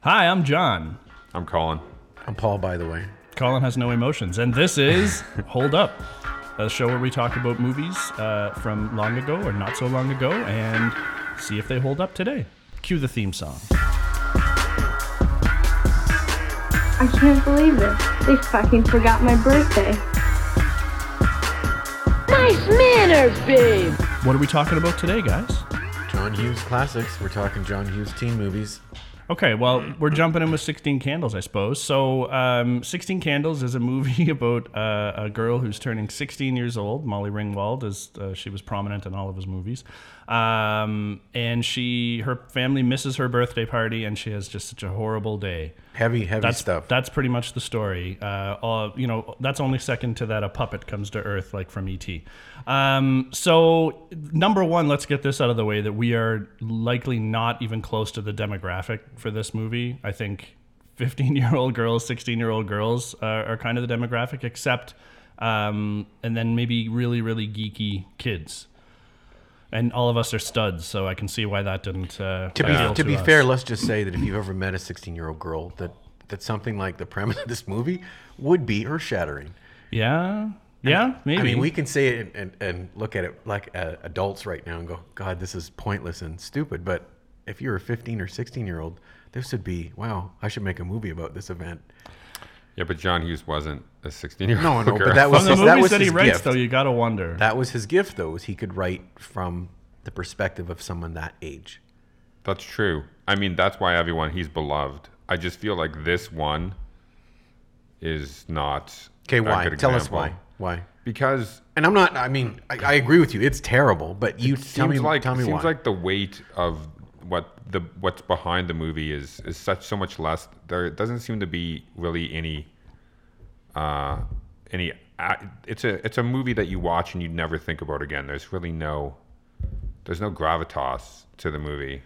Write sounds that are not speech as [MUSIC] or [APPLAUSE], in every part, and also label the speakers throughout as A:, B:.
A: Hi, I'm John.
B: I'm Colin.
C: I'm Paul, by the way.
A: Colin has no emotions, and this is Hold Up, a show where we talk about movies uh, from long ago or not so long ago and see if they hold up today. Cue the theme song.
D: I can't believe this. They fucking forgot my birthday.
E: Nice manners, babe.
A: What are we talking about today, guys?
C: John Hughes classics. We're talking John Hughes teen movies.
A: Okay, well, we're jumping in with 16 Candles, I suppose. So, um, 16 Candles is a movie [LAUGHS] about uh, a girl who's turning 16 years old. Molly Ringwald is uh, she was prominent in all of his movies, um, and she her family misses her birthday party, and she has just such a horrible day.
C: Heavy, heavy
A: That's
C: stuff.
A: That's pretty much the story. Uh, all, you know, that's only second to that a puppet comes to Earth, like from ET. Um, so number one, let's get this out of the way that we are likely not even close to the demographic for this movie. I think 15 year old girls, 16 year old girls are, are kind of the demographic, except um, and then maybe really, really geeky kids. And all of us are studs, so I can see why that didn't. Uh,
C: to be
A: appeal
C: to be
A: us.
C: fair, let's just say that if you've ever met a 16 year old girl, that that something like the premise of this movie would be earth shattering.
A: yeah, yeah, maybe.
C: I mean, we can say it and, and look at it like uh, adults right now and go, God, this is pointless and stupid. But if you're a 15 or 16 year old, this would be, wow, I should make a movie about this event.
B: Yeah, but John Hughes wasn't a 16 year old.
C: No, no,
B: girl.
C: but that
A: From
C: was
A: the
C: his, that
A: movies
C: was
A: that he
C: his
A: writes,
C: gift.
A: though, you gotta wonder.
C: That was his gift, though, was he could write from the perspective of someone that age.
B: [LAUGHS] That's true. I mean, that's why everyone he's beloved. I just feel like this one is not.
C: Okay,
B: a
C: why?
B: good
C: Tell us
B: example.
C: why. Why?
B: Because
C: And I'm not. I mean, I, I agree with you. It's terrible, but you
B: seems
C: tell me.
B: like
C: tell me
B: seems
C: why.
B: like the weight of what the what's behind the movie is is such so much less. There doesn't seem to be really any uh, any. a- It's a it's a movie that you watch and you never think about again. There's really no there's no gravitas to the movie.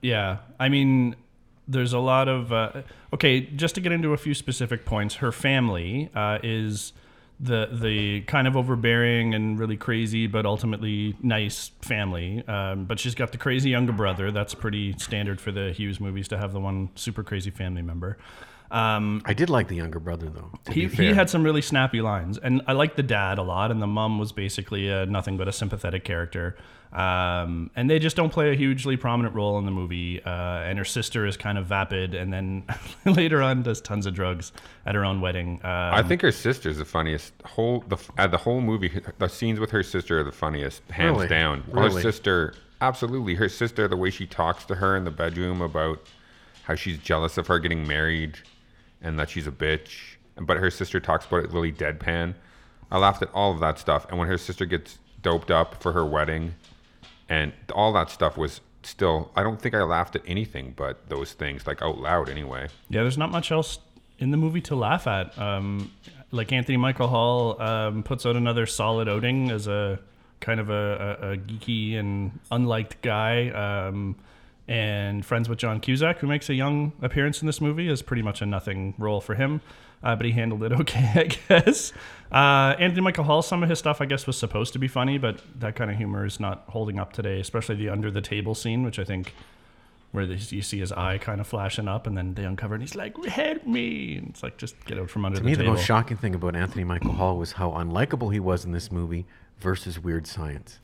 A: Yeah, I mean, there's a lot of uh, okay. Just to get into a few specific points, her family uh, is the the kind of overbearing and really crazy, but ultimately nice family. Um, but she's got the crazy younger brother. That's pretty standard for the Hughes movies to have the one super crazy family member. Um,
C: I did like the younger brother though. To
A: he,
C: be
A: he
C: fair.
A: had some really snappy lines, and I liked the dad a lot, and the mom was basically uh nothing but a sympathetic character. Um, and they just don't play a hugely prominent role in the movie. Uh, and her sister is kind of vapid, and then [LAUGHS] later on does tons of drugs at her own wedding. Uh,
B: I
C: Um,
B: think her sister's the funniest. Whole the uh, the whole movie, the scenes with her sister are the funniest, hands
C: Really?
B: down. Well, Her
C: Really?
B: sister, absolutely. Her sister, the way she talks to her in the bedroom about how she's jealous of her getting married and that she's a bitch. But her sister talks about it really deadpan. I laughed at all of that stuff. And when her sister gets doped up for her wedding, and all that stuff was still. I don't think I laughed at anything but those things, like out loud anyway.
A: yeah, there's not much else in the movie to laugh at. Um, like Anthony Michael Hall um, puts out another solid outing as a kind of a, a, a geeky and unliked guy. Um, and friends with John Cusack, who makes a young appearance in this movie, is pretty much a nothing role for him. Uh, but he handled it [LAUGHS] okay, I guess. Uh, Anthony Michael Hall, some of his stuff, I guess, was supposed to be funny, but that kind of humor is not holding up today, especially the under the table scene, which I think where the, you see his eye kind of flashing up, and then they uncover, and he's like, "Help me!" And it's like, just get out from under
C: To
A: the
C: me, the
A: table.
C: most shocking thing about Anthony Michael Hall was how unlikable he was in this movie versus Weird Science.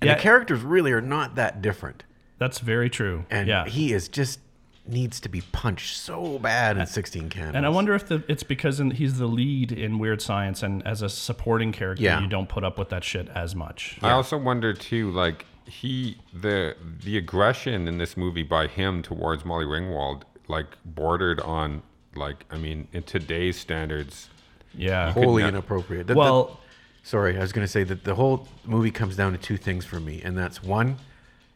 C: And
A: Yeah.
C: the characters really are not that different.
A: That's very true.
C: And
A: yeah,
C: he is just needs to be punched so bad in 16 Candles.
A: And I wonder if the, it's because in, he's the lead in Weird Science, and as a supporting character,
C: Yeah. Uh,
A: you don't put up with that shit as much.
B: I also wonder too, like he the the aggression in this movie by him towards Molly Ringwald, like bordered on like I mean, in today's standards,
A: Yeah.
C: wholly
B: Yeah.
C: inappropriate. The- the-
A: Well,
C: sorry, I was going to say that the whole movie comes down to two things for me, and that's one,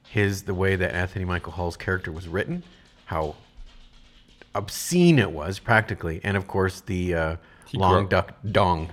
C: his the way that Anthony Michael Hall's character was written, how obscene it was practically, and of course the uh, long
B: grew-
C: duck dong.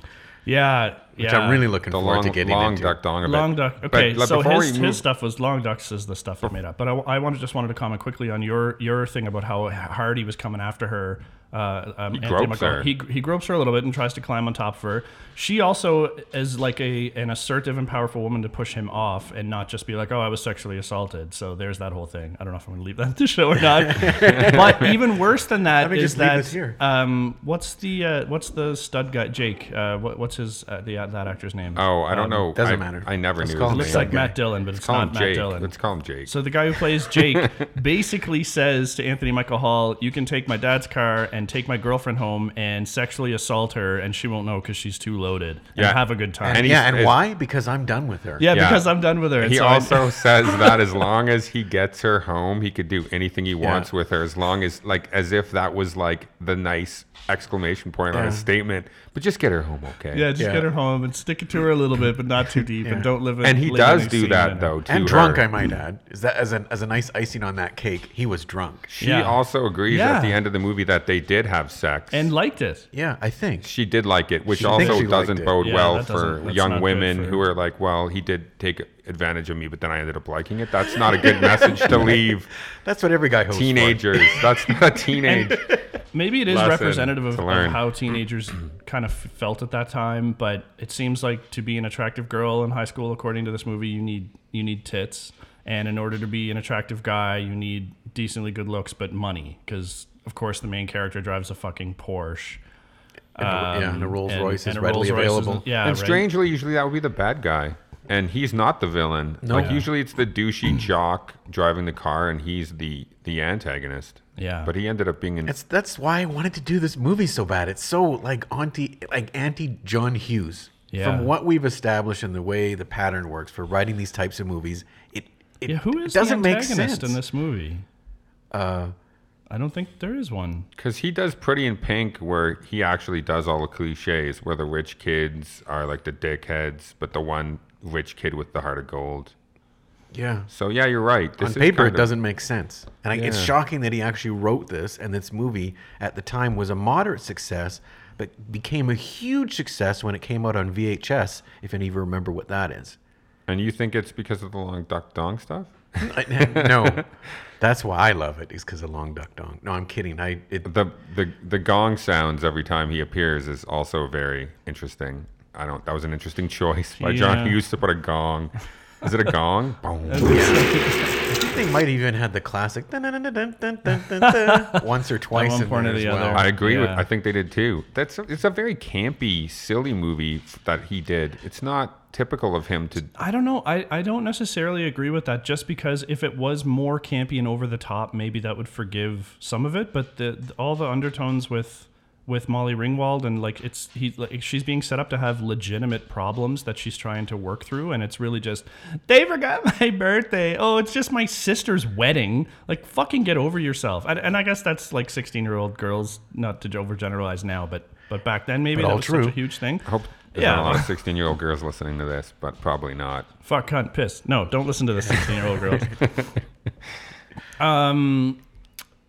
A: yeah.
C: which
A: Yeah.
C: I'm really looking
B: The
C: forward
B: long,
C: to getting
B: long
C: into.
B: duck dong. Of it.
A: Long Duck.
B: But,
A: Okay,
B: like,
A: so
B: before
A: his,
B: we
A: his
B: move-
A: stuff was Long Ducks is the stuff I made up. But I, I wanted, just wanted to comment quickly on your your thing about how hard he was coming after her. Uh, um, he
B: gropes her.
A: He, he gropes her a little bit and tries to climb on top of her. She also is like a an assertive and powerful woman to push him off and not just be like, oh, I was sexually assaulted. So there's that whole thing. I don't know if I'm going to leave that [LAUGHS] to show or
B: [LAUGHS]
A: not. but even worse than that is
C: Let me just leave
A: that
C: this here.
A: um what's the uh, what's the stud guy Jake? Uh, what, what's his uh, the that actor's name?
B: Oh, I don't know.
C: Um, doesn't
B: I-
C: matter.
B: I never
C: Let's
B: knew.
C: call
B: his name.
C: him
A: Looks
C: Jake.
A: like Matt Dillon, but it's
B: Let's call him
A: not Matt
B: Jake.
A: Dillon.
B: Let's call him Jake.
A: So the guy who
B: [LAUGHS]
A: plays Jake basically says to Anthony Michael Hall, "You can take my dad's car and take my girlfriend home and sexually assault her, and she won't know because she's too loaded.
B: Yeah.
A: And have a good time."
B: And he-
C: yeah,
B: he's-
C: and
B: is-
C: why? Because I'm done with her.
A: yeah,
B: Yeah.
A: because I'm done with her. and
B: He
A: so I-
B: also says that as long as he gets her home, he could do anything he wants with her. As long as, like, as if that was like the nice exclamation point on a
C: Yeah.
B: statement. But just get her home,
A: [LAUGHS]
B: okay?
A: yeah, just
C: Yeah.
A: get her home and stick it to her a little bit, but not too deep, and don't live. in-
B: And he
A: live in
B: does
A: a
B: do
A: scene
B: that
A: in it.
B: though. To
C: And drunk,
B: her.
C: I might add. Is that as a, as a nice icing on that cake? He was drunk.
B: She
A: Yeah.
B: also agrees at the
A: Yeah.
B: end of the movie that they did have sex.
A: and liked it.
C: Yeah, I think.
B: she did like it, which
C: She thinks
B: also
C: she liked
B: doesn't
C: it.
B: bode
A: Yeah,
B: well
A: that doesn't-
B: for
A: that's not
B: young
A: good
B: women
A: for-
B: who are like, well, he did take advantage of me, but then I ended up liking it. That's not a good message
A: [LAUGHS]
B: to leave
C: That's what every guy hopes for.
B: teenagers. That's not a teenage.
A: Maybe it is
B: lesson
A: representative of,
B: to
A: of
B: learn.
A: how teenagers [CLEARS THROAT] kind of felt at that time, but it seems like to be an attractive girl in high school, according to this movie, you need you need tits, and in order to be an attractive guy, you need decently good looks but money, because of course the main character drives a fucking Porsche. Um,
C: And a- yeah, and a Rolls
A: and-
C: Royce
A: and
C: is
A: a
C: readily
A: Rolls-Royce is-
C: available.
A: yeah,
B: and
A: right.
B: strangely, usually that would be the bad guy. And he's not the villain. Like usually it's the
C: Mm.
B: douchey jock driving the car and he's the the antagonist.
A: Yeah.
B: But he ended up being in
C: That's that's why I wanted to do this movie so bad. It's so like anti like anti John Hughes.
A: Yeah.
C: From what we've established and the way the pattern works for writing these types of movies, it it
A: Yeah, who is
C: doesn't
A: the
C: make
A: antagonist
C: sense.
A: in this movie? Uh, I don't think there is one.
B: Because he does Pretty in Pink, where he actually does all the cliches, where the rich kids are like the dickheads, but the one rich kid with the heart of gold.
C: Yeah.
B: So yeah, you're right. This
C: On
B: is
C: paper,
B: kind
C: it
B: of-
C: doesn't make sense, and I, it's
B: Yeah.
C: shocking that he actually wrote this. And this movie at the time was a moderate success, but became a huge success when it came out on VHS. If any of you remember what that is,
B: And you think it's because of the long duck dong stuff?
C: [LAUGHS]
A: [LAUGHS]
C: no, that's why I love it. Is because of Long Duck Dong. No, I'm kidding. I it,
B: The the the gong sounds every time he appears is also very interesting. I don't. That was an interesting [LAUGHS] choice by John
A: Yeah.
B: Hughes to put a gong. Is it
A: [LAUGHS]
B: a gong? Boom.
C: They might even had the classic dun, dun, dun, dun, dun, dun, dun,
A: [LAUGHS]
C: dun, once or twice.
A: one
C: in
A: point or
C: there
A: the
C: as well.
A: other.
B: I agree with.
A: Yeah.
B: I think they did too. That's it's a very campy, silly movie f- that he did. It's not typical of him to
A: I don't know. I, I don't necessarily agree with that just because if it was more campy and over the top, maybe that would forgive some of it. But the, the- all the undertones with with Molly Ringwald and like it's he like she's being set up to have legitimate problems that she's trying to work through, and it's really just they forgot [LAUGHS] my birthday. Oh, it's just my sister's wedding. Like fucking get over yourself. And, and I guess that's like sixteen year old girls. Not to overgeneralize now, but but back then maybe
C: But
A: that
C: all
A: was
C: true.
A: such a huge thing.
B: I hope there's not a lot of 16 year old girls listening to this, but probably not.
A: fuck cunt piss no don't listen to the 16 year old girls
C: [LAUGHS]
A: um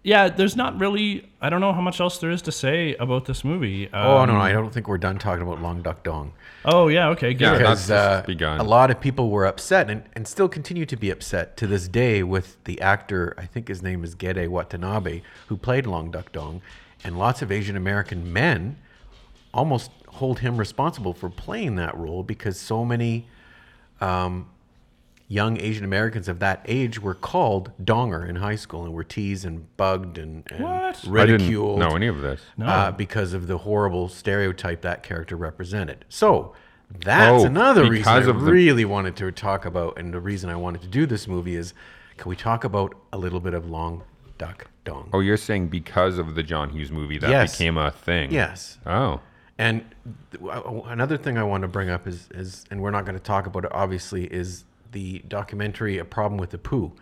A: yeah there's not really i don't know how much else there is to say about this movie
C: Oh
A: Um,
C: no, I don't think we're done talking about Long Duck Dong
A: oh yeah okay give
B: Yeah,
A: it.
B: that's
C: because uh,
B: just begun.
C: a lot of people were upset and, and still continue to be upset to this day with the actor. I think his name is Gede Watanabe, who played Long Duck Dong, and lots of Asian American men almost hold him responsible for playing that role because so many um, young Asian Americans of that age were called donger in high school and were teased and bugged and, and
A: What?
C: ridiculed
B: I didn't know any of this.
C: uh, because of the horrible stereotype that character represented. So that's
B: Oh,
C: another reason I
B: because of the-
C: really wanted to talk about, and the reason I wanted to do this movie is, can we talk about a little bit of Long Duck Dong?
B: Oh, you're saying because of the John Hughes movie that
C: Yes.
B: became a thing?
C: Yes.
B: Oh.
C: And th- w- w- another thing I want to bring up is, is and we're not going to talk about it, obviously, is the documentary A Problem with the Pooh,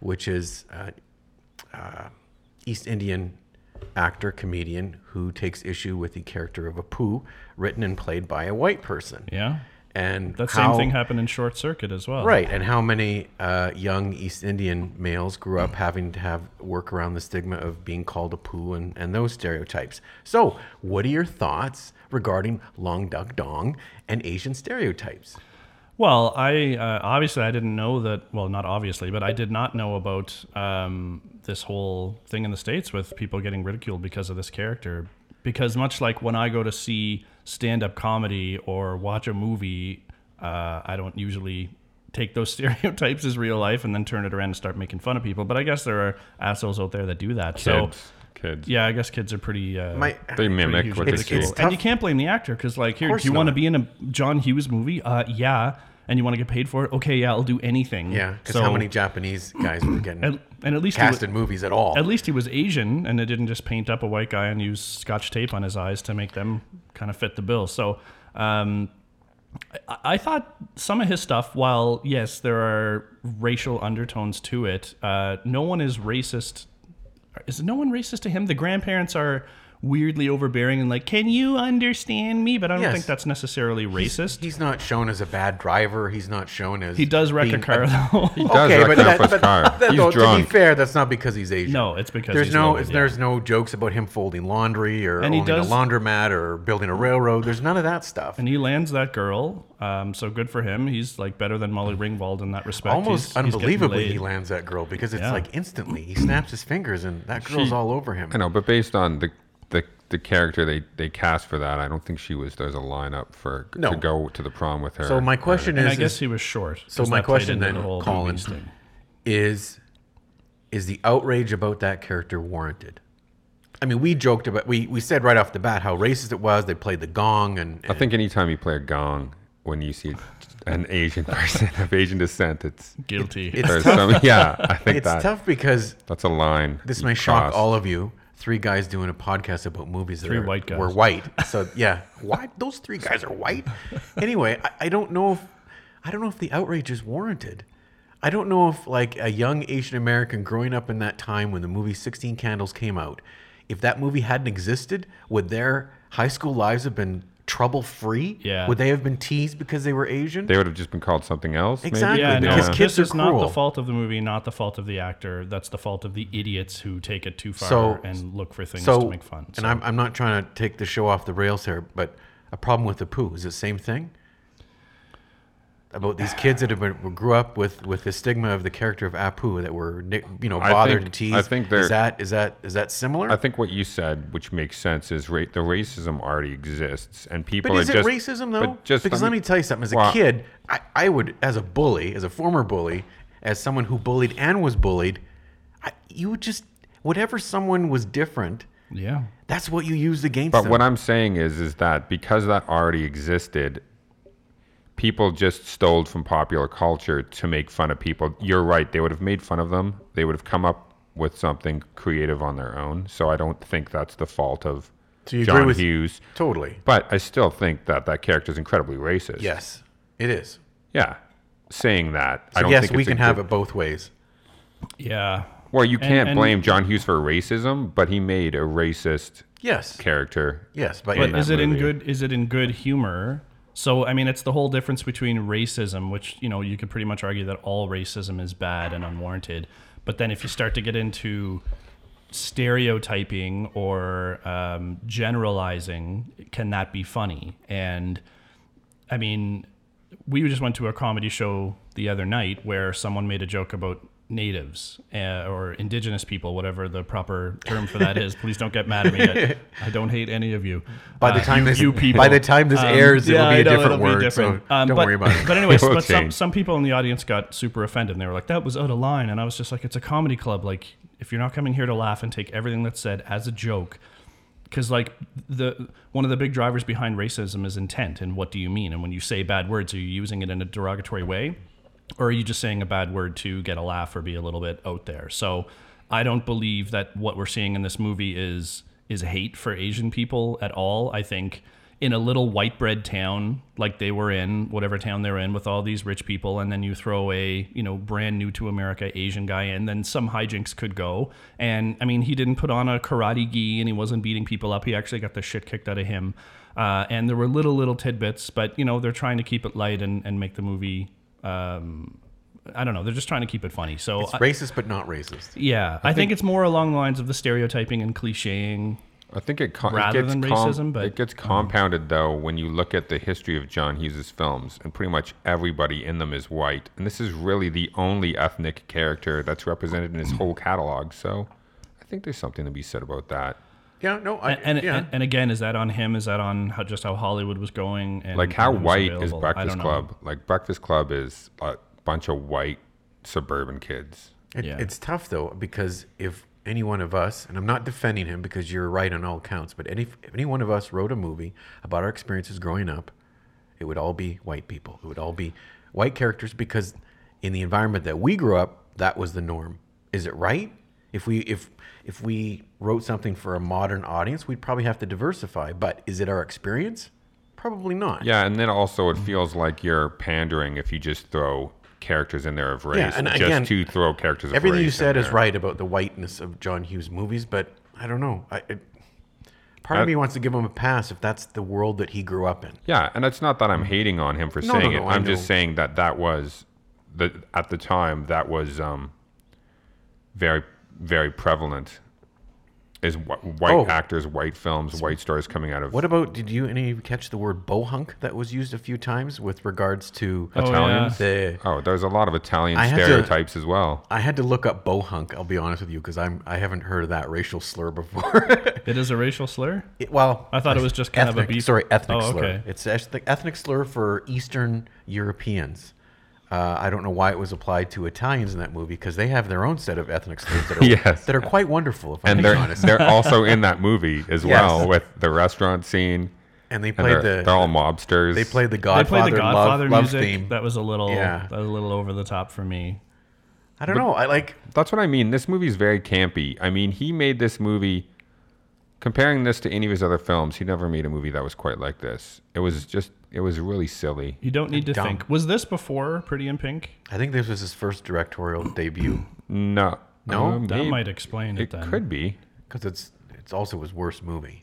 C: which is uh, uh, East Indian actor, comedian who takes issue with the character of a poo written and played by a white person.
A: yeah
C: and
A: That
C: how-
A: same thing happened in Short Circuit as well.
C: Right, and how many uh, young East Indian males grew up having to have work around the stigma of being called a poo and, and those stereotypes? So, what are your thoughts regarding long duck dong and Asian stereotypes?
A: Well, I uh, obviously I didn't know that. Well, not obviously, but I did not know about um, this whole thing in the states with people getting ridiculed because of this character. Because much like when I go to see stand-up comedy or watch a movie, uh, I don't usually take those [LAUGHS] stereotypes as real life and then turn it around and start making fun of people. But I guess there are assholes out there that do that. So
B: Kids, kids.
A: yeah, I guess kids are pretty. Uh,
C: My,
B: They
A: pretty
B: mimic
A: huge
B: what they
A: with
C: It's-
B: see.
C: it's
A: And you can't blame the actor because, like, here,
C: course
A: do you want to
C: not.
A: be in a John Hughes movie? Uh, yeah. And you want to get paid for it? Okay, yeah, I'll do anything.
C: yeah, because
A: So-
C: how many Japanese guys were getting
A: And, and at least he
C: cast
A: was,
C: in movies at all?
A: at least he was Asian, and they didn't just paint up a white guy and use Scotch tape on his eyes to make them kind of fit the bill. So, um, I, I thought some of his stuff, while yes, there are racial undertones to it, uh, no one is racist is no one racist to him? The grandparents are weirdly overbearing and like, can you understand me? But I don't
C: Yes.
A: think that's necessarily racist.
C: He's not shown as a bad driver. He's not shown as
A: he does wreck
C: being
A: a
C: [LAUGHS]
A: car though. [LAUGHS]
B: does wreck an Alpha's car. He's
C: though, to be
B: drunk.
C: fair, that's not because he's Asian.
A: No, it's because
C: there's
A: he's
C: no
A: loaded, yeah.
C: there's no jokes about him folding laundry or
A: And he
C: owning
A: does-
C: a laundromat or building a railroad. There's none of that stuff.
A: and he lands that girl. Um, so good for him. He's like better than Molly Ringwald in that respect. He's- he's
C: Almost
A: getting
C: unbelievably, he
A: laid.
C: lands that girl because it's
A: Yeah.
C: like instantly he snaps his fingers and that girl's all over him.
B: I know, but based on the the, the character they, they cast for that, I don't think she was there's a lineup for
C: No.
B: to go to the prom with her.
C: So my question
A: And
C: is,
A: I guess
C: is,
A: he was short.
C: So
A: 'cause
C: my
A: that played
C: question
A: into
C: then,
A: whole
C: Colin-
A: movies thing.
C: is is the outrage about that character warranted? I mean, we joked about we we said right off the bat how racist it was. They played the gong and,
B: I think anytime you play a gong when you see an Asian [LAUGHS] person of Asian descent, it's
A: guilty.
C: it's
B: there's
C: tough.
B: some yeah,
C: [LAUGHS]
B: I think
C: it's
B: that
C: tough because
B: that's a line.
C: this
B: you
C: may shock
B: cross.
C: all of you. Three guys doing a podcast about movies that
A: Three
C: are,
A: white guys.
C: were white. So yeah, why those three guys
A: [LAUGHS]
C: are white? Anyway, I, I don't know if I don't know if the outrage is warranted. I don't know if like a young Asian American growing up in that time when the movie Sixteen Candles came out, if that movie hadn't existed, would their high school lives have been trouble free?
A: Yeah.
C: Would they have been teased because they were Asian?
B: They would have just been called something else. maybe?
C: Exactly,
A: yeah, no,
C: because kids
A: this
C: are
A: is not the
C: cruel.
A: fault of the movie, not the fault of the actor. That's the fault of the idiots who take it too far
C: So-
A: and look for things
C: so,
A: to make fun. So-
C: And I'm, I'm not trying to take the show off the rails here, but a problem with the poo is it the same thing? About these kids that have been, were- grew up with, with the stigma of the character of Apu that were ni- you know
B: I
C: bothered
B: think-
C: to tease.
B: I think they're-
C: is that is that is that similar?
B: I think what you said, which makes sense, is ra- the racism already exists, and people.
C: but is
B: are
C: it
B: just,
C: racism
B: but
C: though?
B: just
C: because let me tell you something. As a
B: Well,
C: kid, I, I would as a bully, as a former bully, as someone who bullied and was bullied, I, you would just whatever someone was different,
A: yeah.
C: that's what you used against
B: But
C: them.
B: what I'm saying is, is that because that already existed, people just stole from popular culture to make fun of people. You're right; they would have made fun of them. They would have come up with something creative on their own. So I don't think that's the fault of
C: So you agree
B: John
C: with-
B: Hughes.
C: totally.
B: But I still think that that character is incredibly racist.
C: Yes, it is.
B: Yeah. Saying that, I don't
C: yes,
B: think
C: we
B: it's a
C: can have
B: good-
C: it both ways.
A: Yeah.
B: Well, you
A: And-
B: can't
A: and-
B: blame John Hughes for racism, but he made a racist
C: Yes.
B: character.
C: Yes, but,
A: But
B: that
A: is it in
B: movie.
A: good is it in good humor? So I mean it's the whole difference between racism, which you know, you could pretty much argue that all racism is bad and unwarranted. But then if you start to get into stereotyping or um, generalizing, can that be funny? And I mean, we just went to a comedy show the other night where someone made a joke about natives uh, or indigenous people, whatever the proper term for that is. Please don't get mad at me. I, I don't hate any of you.
C: by the
A: Uh,
C: time
A: you,
C: this
A: you people,
C: by the time this
A: Um,
C: airs,
A: yeah,
C: it'll be
A: I
C: a
A: know,
C: different
A: it'll be
C: word.
A: different.
C: So
A: Um,
C: don't
A: but-
C: worry about
A: [LAUGHS]
C: it.
A: But anyways,
B: It will
A: but some,
B: change.
A: some people in the audience got super offended and they were like, "That was out of line," and I was just like, "It's a comedy club. Like, if you're not coming here to laugh and take everything that's said as a joke." because like the one of the big drivers behind racism is intent and what do you mean and when you say bad words are you using it in a derogatory way or are you just saying a bad word to get a laugh or be a little bit out there so i don't believe that what we're seeing in this movie is is hate for asian people at all i think in a little white bread town like they were in, whatever town they're in, with all these rich people, and then you throw a you know brand new to America Asian guy in, then some hijinks could go. And I mean, he didn't put on a karate gi, and he wasn't beating people up. He actually got the shit kicked out of him. Uh, and there were little little tidbits, but you know they're trying to keep it light and, and make the movie. Um, I don't know. They're just trying to keep it funny. So
C: It's
A: I-
C: racist, but not racist.
A: yeah, I, think, it's more along the lines of the stereotyping and clichéing.
B: I think it, co-
A: Rather
B: it gets
A: than
B: com-
A: racism, but-
B: it gets compounded though when you look at the history of John Hughes's films, and pretty much everybody in them is white, and this is really the only ethnic character that's represented in his whole catalog. So, I think there's something to be said about that.
C: Yeah, no, I,
A: And and,
C: yeah.
A: and again, is that on him? Is that on how, just how Hollywood was going? And
B: Like how
A: and who's
B: white is
A: available? I
B: Breakfast
A: don't know.
B: Club? Like Breakfast Club is a bunch of white suburban kids.
C: It,
A: Yeah.
C: It's tough though because if any one of us, and I'm not defending him because you're right on all counts, but any if any one of us wrote a movie about our experiences growing up, it would all be white people. It would all be white characters because in the environment that we grew up, that was the norm. Is it right? If we if if we wrote something for a modern audience, we'd probably have to diversify. But is it our experience? Probably not.
B: Yeah, and then also
A: Mm-hmm.
B: it feels like you're pandering if you just throw characters in there of race,
C: and
B: just
C: again,
B: to throw characters. Of
C: Everything
B: race
C: you
B: in
C: said is
B: there.
C: right about the whiteness of John Hughes movies, but I don't know. I, it, part of
B: I-
C: me wants to give him a pass if that's the world that he grew up in.
B: Yeah, and it's not that I'm hating on him for
C: Mm. No,
B: saying
C: no, no,
B: it.
C: I
B: I'm just
C: know.
B: saying that that was the at the time that was um, very very prevalent is wh- white
C: Oh.
B: actors, white films, white stars coming out of
C: What about did you any of you catch the word bohunk that was used a few times with regards to
A: Oh,
B: Italians.
A: yeah.
C: the?
B: Oh, there's a lot of Italian
C: I had to-
B: stereotypes as well.
C: I had to look up bohunk. I'll be honest with you because I'm I haven't heard of that racial slur before. [LAUGHS]
A: It is a racial slur.
C: It- well,
A: I thought it was just kind of a
C: ethnic,
A: beef-
C: Sorry, ethnic
A: Oh,
C: slur.
A: okay.
C: It's ethnic, ethnic slur for Eastern Europeans. Uh, I don't know why it was applied to Italians in that movie because they have their own set of ethnic
A: [LAUGHS]
C: slurs that are,
B: Yes.
C: that are quite wonderful. If I'm
B: And
C: being
B: they're
C: honest,
B: they're also in that movie
C: [LAUGHS]
B: as
C: Yes.
B: well with the restaurant scene.
C: and they
B: And
C: played
B: they're,
C: the
B: they're all mobsters.
C: they played the
A: They
C: Godfather,
A: played the Godfather
C: love, love
A: music.
C: theme.
A: That was a little
C: Yeah.
A: that was a little over the top for me.
C: I don't know. I like
B: That's what I mean. This movie's very campy. I mean, he made this movie. Comparing this to any of his other films, he never made a movie that was quite like this. It was just, it was really silly.
A: You don't need to
C: Dumb.
A: think. Was this before Pretty in Pink?
C: I think this was his first directorial debut
B: No,
C: No?
B: Um,
A: That
B: maybe-
A: might explain it,
B: It
A: then.
B: could be.
C: because it's it's also his worst movie.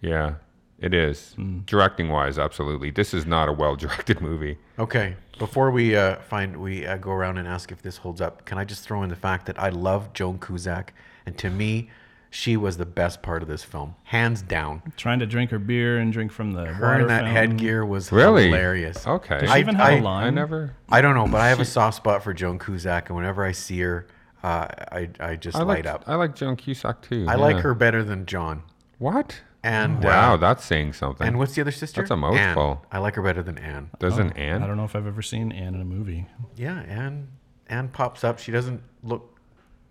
B: Yeah, it is.
A: Hmm.
B: Directing wise, absolutely. This is not a well directed [LAUGHS] movie.
C: Okay. Before we uh, find, we uh, go around and ask if this holds up. Can I just throw in the fact that I love Joan Cusack, and to me, she was the best part of this film, hands down.
A: Trying to drink her beer and drink from the
C: Her
A: water
C: in that
A: fountain.
C: headgear was
B: Really? Oh.
C: hilarious.
B: Okay.
A: Does she
C: I-
A: even have a
C: I-
A: line?
B: I never.
C: I don't know, but I have a soft spot for Joan Cusack, and whenever I see her, uh, I I just
B: I
C: light
B: like.
C: up.
B: I like Joan Cusack too.
C: I like
B: yeah.
C: her better than John.
B: What?
C: And
B: Wow,
C: uh,
B: that's saying something.
C: and what's the other sister?
B: That's a
C: Anne.
B: mouthful.
C: I like her better than Anne.
B: Doesn't
A: Oh, I
B: Anne?
A: don't know if I've ever seen Anne in a movie.
C: Yeah, Anne. Anne pops up. She doesn't look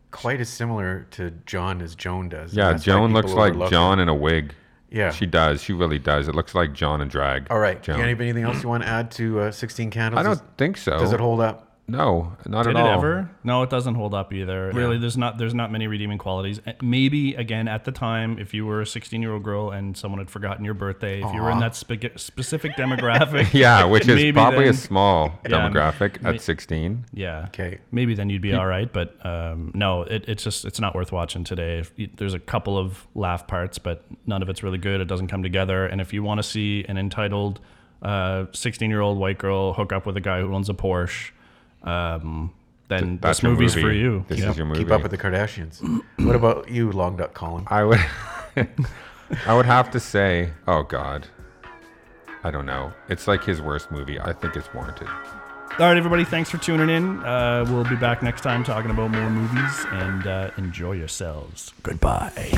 C: quite as similar to John as Joan does. and
B: Yeah,
C: that's why
B: Joan
C: people
B: looks like
C: overlook her.
B: John in a wig.
C: Yeah.
B: She does. She really does. It looks like John and drag.
C: All right.
B: Joan.
C: You have anything else you want to add to uh, 16 Candles?
B: I don't
C: Does,
B: think so.
C: does it hold up?
B: No, not
A: Did
B: at
A: it
B: all.
A: ever? No, it doesn't hold up either. Really, there's not there's not many redeeming qualities. Eh, Maybe again at the time, if you were a 16 year old girl and someone had forgotten your birthday, if you were in that spe- specific demographic,
B: [LAUGHS] [LAUGHS] Yeah, which is
A: Maybe
B: probably a
A: then-
B: small
A: Yeah, m-
B: demographic
A: may-
B: at 16.
A: yeah,
C: Okay.
A: maybe then you'd be all right. But um, no, it, it's just it's not worth watching today. If you- There's a couple of laugh parts, but none of it's really good. It doesn't come together. And if you want to see an entitled 16 year old white girl hook up with a guy who owns a Porsche, um, then
B: That's
A: this
B: your
A: movie's
B: movie.
A: for you.
B: This
A: Yeah.
B: is your movie.
C: Keep up with the Kardashians. what about you, Long Duck Colin?
B: I
C: [LAUGHS]
B: would [LAUGHS] I would have to say, oh god. I don't know. It's like his worst movie. I think it's warranted.
A: All right, everybody, thanks for tuning in. Uh, we'll be back next time talking about more movies and uh, enjoy yourselves. Goodbye.